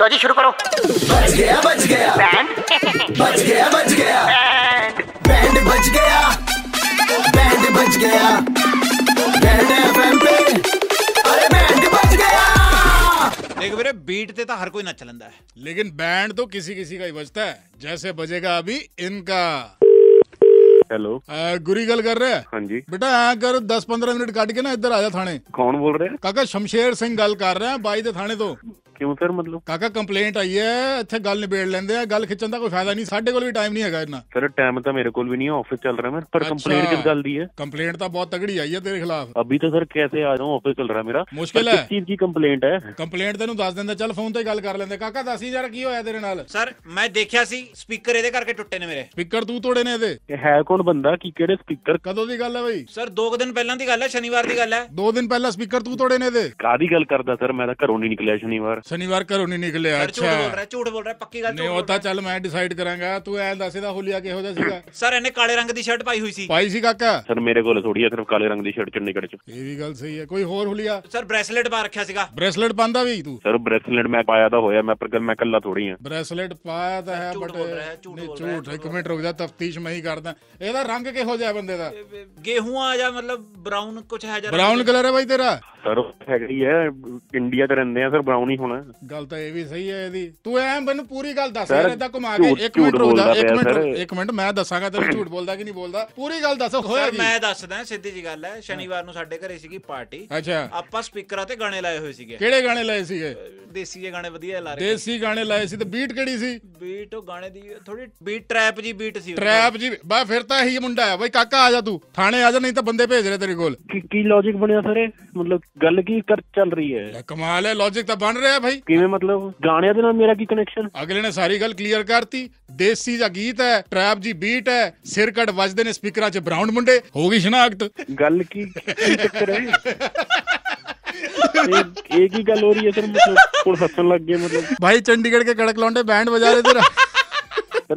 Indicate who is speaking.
Speaker 1: लो जी शुरू करो
Speaker 2: बच गया बच गया
Speaker 1: बैंड
Speaker 2: बच गया बच गया
Speaker 1: बैंड
Speaker 2: बैंड बच गया बैंड बच गया बैंड एफएम पे अरे बैंड बच गया
Speaker 3: ਦੇਖ ਵੀਰੇ ਬੀਟ ਤੇ ਤਾਂ ਹਰ ਕੋਈ ਨੱਚ ਲੈਂਦਾ ਹੈ
Speaker 4: लेकिन बैंड तो किसी किसी का ही बजता है जैसे बजेगा अभी इनका
Speaker 5: ਹੈਲੋ
Speaker 4: अ, गुरी गल कर रहे हैं
Speaker 5: ਹਾਂਜੀ
Speaker 4: बेटा यहाँ कर दस पंद्रह मिनट काट के ना इधर आजा थाने
Speaker 5: ਕੌਣ ਬੋਲ ਰਿਹਾ
Speaker 4: ਕਾਕਾ ਸ਼ਮਸ਼ੇਰ ਸਿੰਘ ਗੱਲ ਕਰ ਰਿਹਾ ਬਾਈ ਦੇ ਥਾਣੇ ਤੋਂ
Speaker 5: ਕਿਉਂ ਸਰ ਮਤਲਬ
Speaker 4: ਕਾਕਾ ਕੰਪਲੇਂਟ ਆਈ ਹੈ ਇੱਥੇ ਗੱਲ ਨਿਬੇੜ ਲੈਂਦੇ ਆ ਗੱਲ ਖਿੱਚਣ ਦਾ ਕੋਈ ਫਾਇਦਾ ਨਹੀਂ ਸਾਡੇ ਕੋਲ ਵੀ ਟਾਈਮ ਨਹੀਂ ਹੈਗਾ ਇੰਨਾ
Speaker 5: ਸਰ ਟਾਈਮ ਤਾਂ ਮੇਰੇ ਕੋਲ ਵੀ ਨਹੀਂ ਹੈ ਆਫਿਸ ਚੱਲ ਰਿਹਾ ਮੇਰਾ पर
Speaker 4: अच्छा।
Speaker 5: कंप्लेंट किस गल दी है
Speaker 4: ਕੰਪਲੇਂਟ ਤਾਂ ਬਹੁਤ ਤਗੜੀ ਆਈ ਹੈ ਤੇਰੇ ਖਿਲਾਫ
Speaker 5: अभी तो सर कैसे आ जाऊं ऑफिस चल रहा है मेरा
Speaker 4: मुश्किल
Speaker 5: पर
Speaker 4: है।
Speaker 5: किस चीज की कंप्लेंट है
Speaker 4: ਕੰਪਲੇਂਟ ਤੈਨੂੰ ਦੱਸ ਦਿੰਦਾ ਚੱਲ ਫੋਨ ਤੇ ਹੀ ਗੱਲ ਕਰ ਲੈਂਦੇ ਕਾਕਾ ਦੱਸ ਯਾਰ ਕੀ ਹੋਇਆ ਤੇਰੇ ਨਾਲ
Speaker 3: ਸਰ ਮੈਂ ਦੇਖਿਆ ਸੀ ਸਪੀਕਰ ਇਹਦੇ ਕਰਕੇ ਟੁੱਟੇ ਨੇ ਮੇਰੇ
Speaker 4: ਸਪੀਕਰ ਤੂੰ ਤੋੜੇ ਨੇ ਇਹਦੇ
Speaker 5: ये है कौन बंदा कि केड़े स्पीकर
Speaker 4: ਕਦੋਂ ਦੀ ਗੱਲ ਹੈ ਬਈ
Speaker 3: ਸਰ ਦੋ ਕੁ ਦਿਨ ਪਹਿਲਾਂ ਦੀ ਗੱਲ ਹੈ ਸ਼ਨੀਵਾਰ ਦੀ ਗੱਲ ਹੈ
Speaker 4: ਦੋ ਦਿਨ ਪਹਿਲਾਂ ਸਪੀਕਰ ਤੂੰ ਤੋੜੇ ਨੇ ਇਹਦੇ
Speaker 5: ਕਾਦੀ ਗੱਲ ਕਰਦਾ ਸਰ ਮੈਂ ਤਾਂ ਘਰੋਂ ਨਹੀਂ ਨਿਕਲਿਆ ਸ਼ਨੀਵਾਰ
Speaker 4: ਸ਼ਨੀਵਾਰ ਘਰੋਂ ਨਹੀਂ ਨਿਕਲਿਆ
Speaker 3: ਸਰ ਝੂਠ ਬੋਲ
Speaker 4: ਅੱਛਾ
Speaker 3: ਰਿਹਾ ਝੂਠ ਬੋਲ ਰਿਹਾ ਪੱਕੀ ਗੱਲ
Speaker 4: ਨਹੀਂ
Speaker 3: ਝੂਠ
Speaker 4: ਉਹ
Speaker 3: ਬੋਲ
Speaker 4: ਤਾਂ ਚੱਲ ਮੈਂ ਡਿਸਾਈਡ ਕਰਾਂਗਾ ਤੂੰ ਐਂ ਦੱਸ ਇਹਦਾ ਹੋਲੀਆ ਕਿਹੋ ਜਿਹਾ ਸੀਗਾ
Speaker 3: ਰਿਹਾ। ਸਰ ਇਹਨੇ ਕਾਲੇ ਰੰਗ ਦੀ ਸ਼ਰਟ ਪਾਈ ਹੋਈ ਸੀ
Speaker 4: ਪਾਈ ਸੀ ਕਾਕਾ
Speaker 5: ਸਰ ਮੇਰੇ ਕੋਲ ਥੋੜੀ ਹੈ ਸਿਰਫ ਕਾਲੇ ਰੰਗ ਦੀ ਸ਼ਰਟ ਚੰਡੀਗੜ੍ਹ ਚ
Speaker 4: ਇਹ ਵੀ ਗੱਲ ਸਹੀ ਹੈ ਕੋਈ ਹੋਰ ਹੋਲੀਆ
Speaker 3: ਸਰ ਬ੍ਰੈਸਲੇਟ ਪਾ ਰੱਖਿਆ ਸੀਗਾ
Speaker 4: ਬ੍ਰੇਸਲੇਟ ਪਾਉਂਦਾ ਵੀ ਤੂੰ
Speaker 5: ਸਰ ਬ੍ਰੈਸਲੇਟ ਮੈਂ ਪਾਇਆ ਤਾਂ ਹੋਇਆ ਮੈਂ ਪਰ ਮੈਂ ਕੱਲਾ ਥੋੜੀ ਹਾਂ
Speaker 4: ਬ੍ਰੇਸਲੇਟ ਪਾਇਆ ਤਾਂ ਹੈ
Speaker 3: ਝੂਠ
Speaker 4: ਬਟ
Speaker 3: ਬੋਲ ਰਿਹਾ ਹੈ, ਝੂਠ
Speaker 4: ਨਹੀਂ
Speaker 3: ਬੋਲ ਰਿਹਾ ਹੈ,
Speaker 4: ਝੂਠ ਇੱਕ ਮਿੰਟ ਰੁਕ ਜਾ ਤਫਤੀਸ਼ ਮੈਂ ਹੀ ਕਰਦਾ ਇਹਦਾ ਰੰਗ ਕਿਹੋ ਜਿਹਾ ਹੈ ਬੰਦੇ ਦਾ
Speaker 3: ਗੇਹੂਆਂ ਜਾਂ ਮਤਲਬ ਬਰਾਊਨ ਕੁਝ ਹੈ ਜਾਂ
Speaker 4: ਬ੍ਰਾਊਨ ਕਲਰ ਹੈ ਬਾਈ ਤੇਰਾ
Speaker 5: ਸਰ ਹੈਗਾ ਹੀ ਹੈ ਇੰਡੀਆ 'ਚ ਰਹਿੰਦੇ ਆ ਸਰ ਬਰਾਊਨ ਹੀ ਹੋਣਾ
Speaker 4: ਗੱਲ ਤਾਂ ਇਹ ਵੀ ਸਹੀ ਹੈ ਇਹਦੀ ਤੂੰ ਐ ਮੈਨੂੰ ਪੂਰੀ ਗੱਲ ਦੱਸ
Speaker 5: Sir,
Speaker 4: ਯਾਰ ਏਦਾਂ ਘੁਮਾ ਕੇ
Speaker 5: ਝੂਠ-
Speaker 4: ਇੱਕ ਮਿੰਟ
Speaker 5: ਝੂਠ
Speaker 4: ਰੁਕ ਜਾ
Speaker 5: ਬੋਲਦਾ
Speaker 4: ਇੱਕ
Speaker 5: ਪਿਆ
Speaker 4: ਮਿੰਟ
Speaker 5: sir।
Speaker 4: ਰੁਕ- ਇੱਕ ਮਿੰਟ ਮੈਂ ਦੱਸਾਂਗਾ ਤੈਨੂੰ ਝੂਠ ਬੋਲਦਾ ਕਿ ਨਹੀਂ ਬੋਲਦਾ ਪੂਰੀ ਗੱਲ ਦੱਸ ਹੋਇਆ
Speaker 3: ਸਰ
Speaker 4: ਕੀ
Speaker 3: ਮੈਂ ਦੱਸਦਾ ਸਿੱਧੀ ਜੀ ਗੱਲ ਹੈ ਸ਼ਨੀਵਾਰ ਨੂੰ ਸਾਡੇ ਘਰੇ ਸੀਗੀ ਪਾਰਟੀ
Speaker 4: ਅੱਛਾ
Speaker 3: ਆਪਾਂ ਸਪੀਕਰਾਂ ਤੇ ਗਾਣੇ ਲਾਏ ਹੋਏ ਸੀਗੇ
Speaker 4: ਕਿਹੜੇ ਗਾਣੇ ਲਾਏ ਸੀਗੇ
Speaker 3: ਦੇਸੀ ਜਿਹੇ ਗਾਣੇ ਵਧੀਆ ਲਾ ਰਹੇ
Speaker 4: ਦੇਸੀ ਗਾਣੇ ਲਾਏ ਸੀ ਤੇ ਬੀਟ ਕਿਹੜੀ ਸੀ
Speaker 3: ਬੀਟ ਉਹ ਗਾਣੇ ਦੀ ਥੋੜੀ ਬੀਟ ਟਰੈਪ ਜੀ ਬੀਟ ਸੀ ਉਹਦੀ।
Speaker 4: ਟਰੈਪ ਜੀ ਬਾ ਫਿਰ ਤਾਂ ਇਹੀ ਮੁੰਡਾ ਹੈ ਬਈ ਕਾਕਾ ਆ ਜਾ ਤੂੰ ਥਾਣੇ ਆ ਜਾ ਨਹੀਂ ਤਾਂ ਬੰਦੇ ਭੇਜ ਰਹੇ ਤੇਰੇ ਕੋਲ
Speaker 5: ਕੀ ਕੀ ਲੌਜੀਕ ਬਣਿਆ ਸਰ ਇਹ ਮਤਲਬ ਗੱਲ ਕੀ ਕਰ ਚੱਲ ਰਹੀ ਹੈ
Speaker 4: ਲੈ ਕਮਾਲ ਹੈ ਲੌਜੀਕ ਤਾਂ ਬਣ ਰਿਹਾ ਭਾਈ
Speaker 5: ਕਿਵੇਂ ਮਤਲਬ ਗਾਣਿਆਂ ਦੇ ਨਾਲ ਮੇਰਾ ਕੀ ਕਨੈਕਸ਼ਨ
Speaker 4: ਅਗਲੇ ਨੇ ਸਾਰੀ ਗੱਲ ਕਲੀਅਰ ਕਰਤੀ ਦੇਸੀ ਦਾ ਗੀਤ ਹੈ ਟਰੈਪ ਜੀ ਬੀਟ ਹੈ ਸਿਰਕਟ ਵੱਜਦੇ ਨੇ ਸਪੀਕਰਾਂ 'ਚ ਬਰਾਊਨ ਮੁੰਡੇ ਹੋ ਗਈ ਸ਼ਨਾਖਤ
Speaker 5: ਗੱਲ ਕੀ ਕੀ ਚੱਕਰ ਹੈ ਇਹ ਇਹ ਕੀ ਗੱਲ ਹੋ ਰਹੀ ਹੈ ਸਰ ਮਤਲਬ ਹੁਣ ਹੱਸਣ ਲੱਗ ਗਏ ਮਤਲਬ
Speaker 4: ਭਾਈ ਚੰਡੀਗੜ੍ਹ ਕੇ ਕੜਕ ਲੌਂਡੇ ਬੈਂਡ ਵਜਾ ਰਹੇ ਤੇਰਾ
Speaker 5: ਸਰ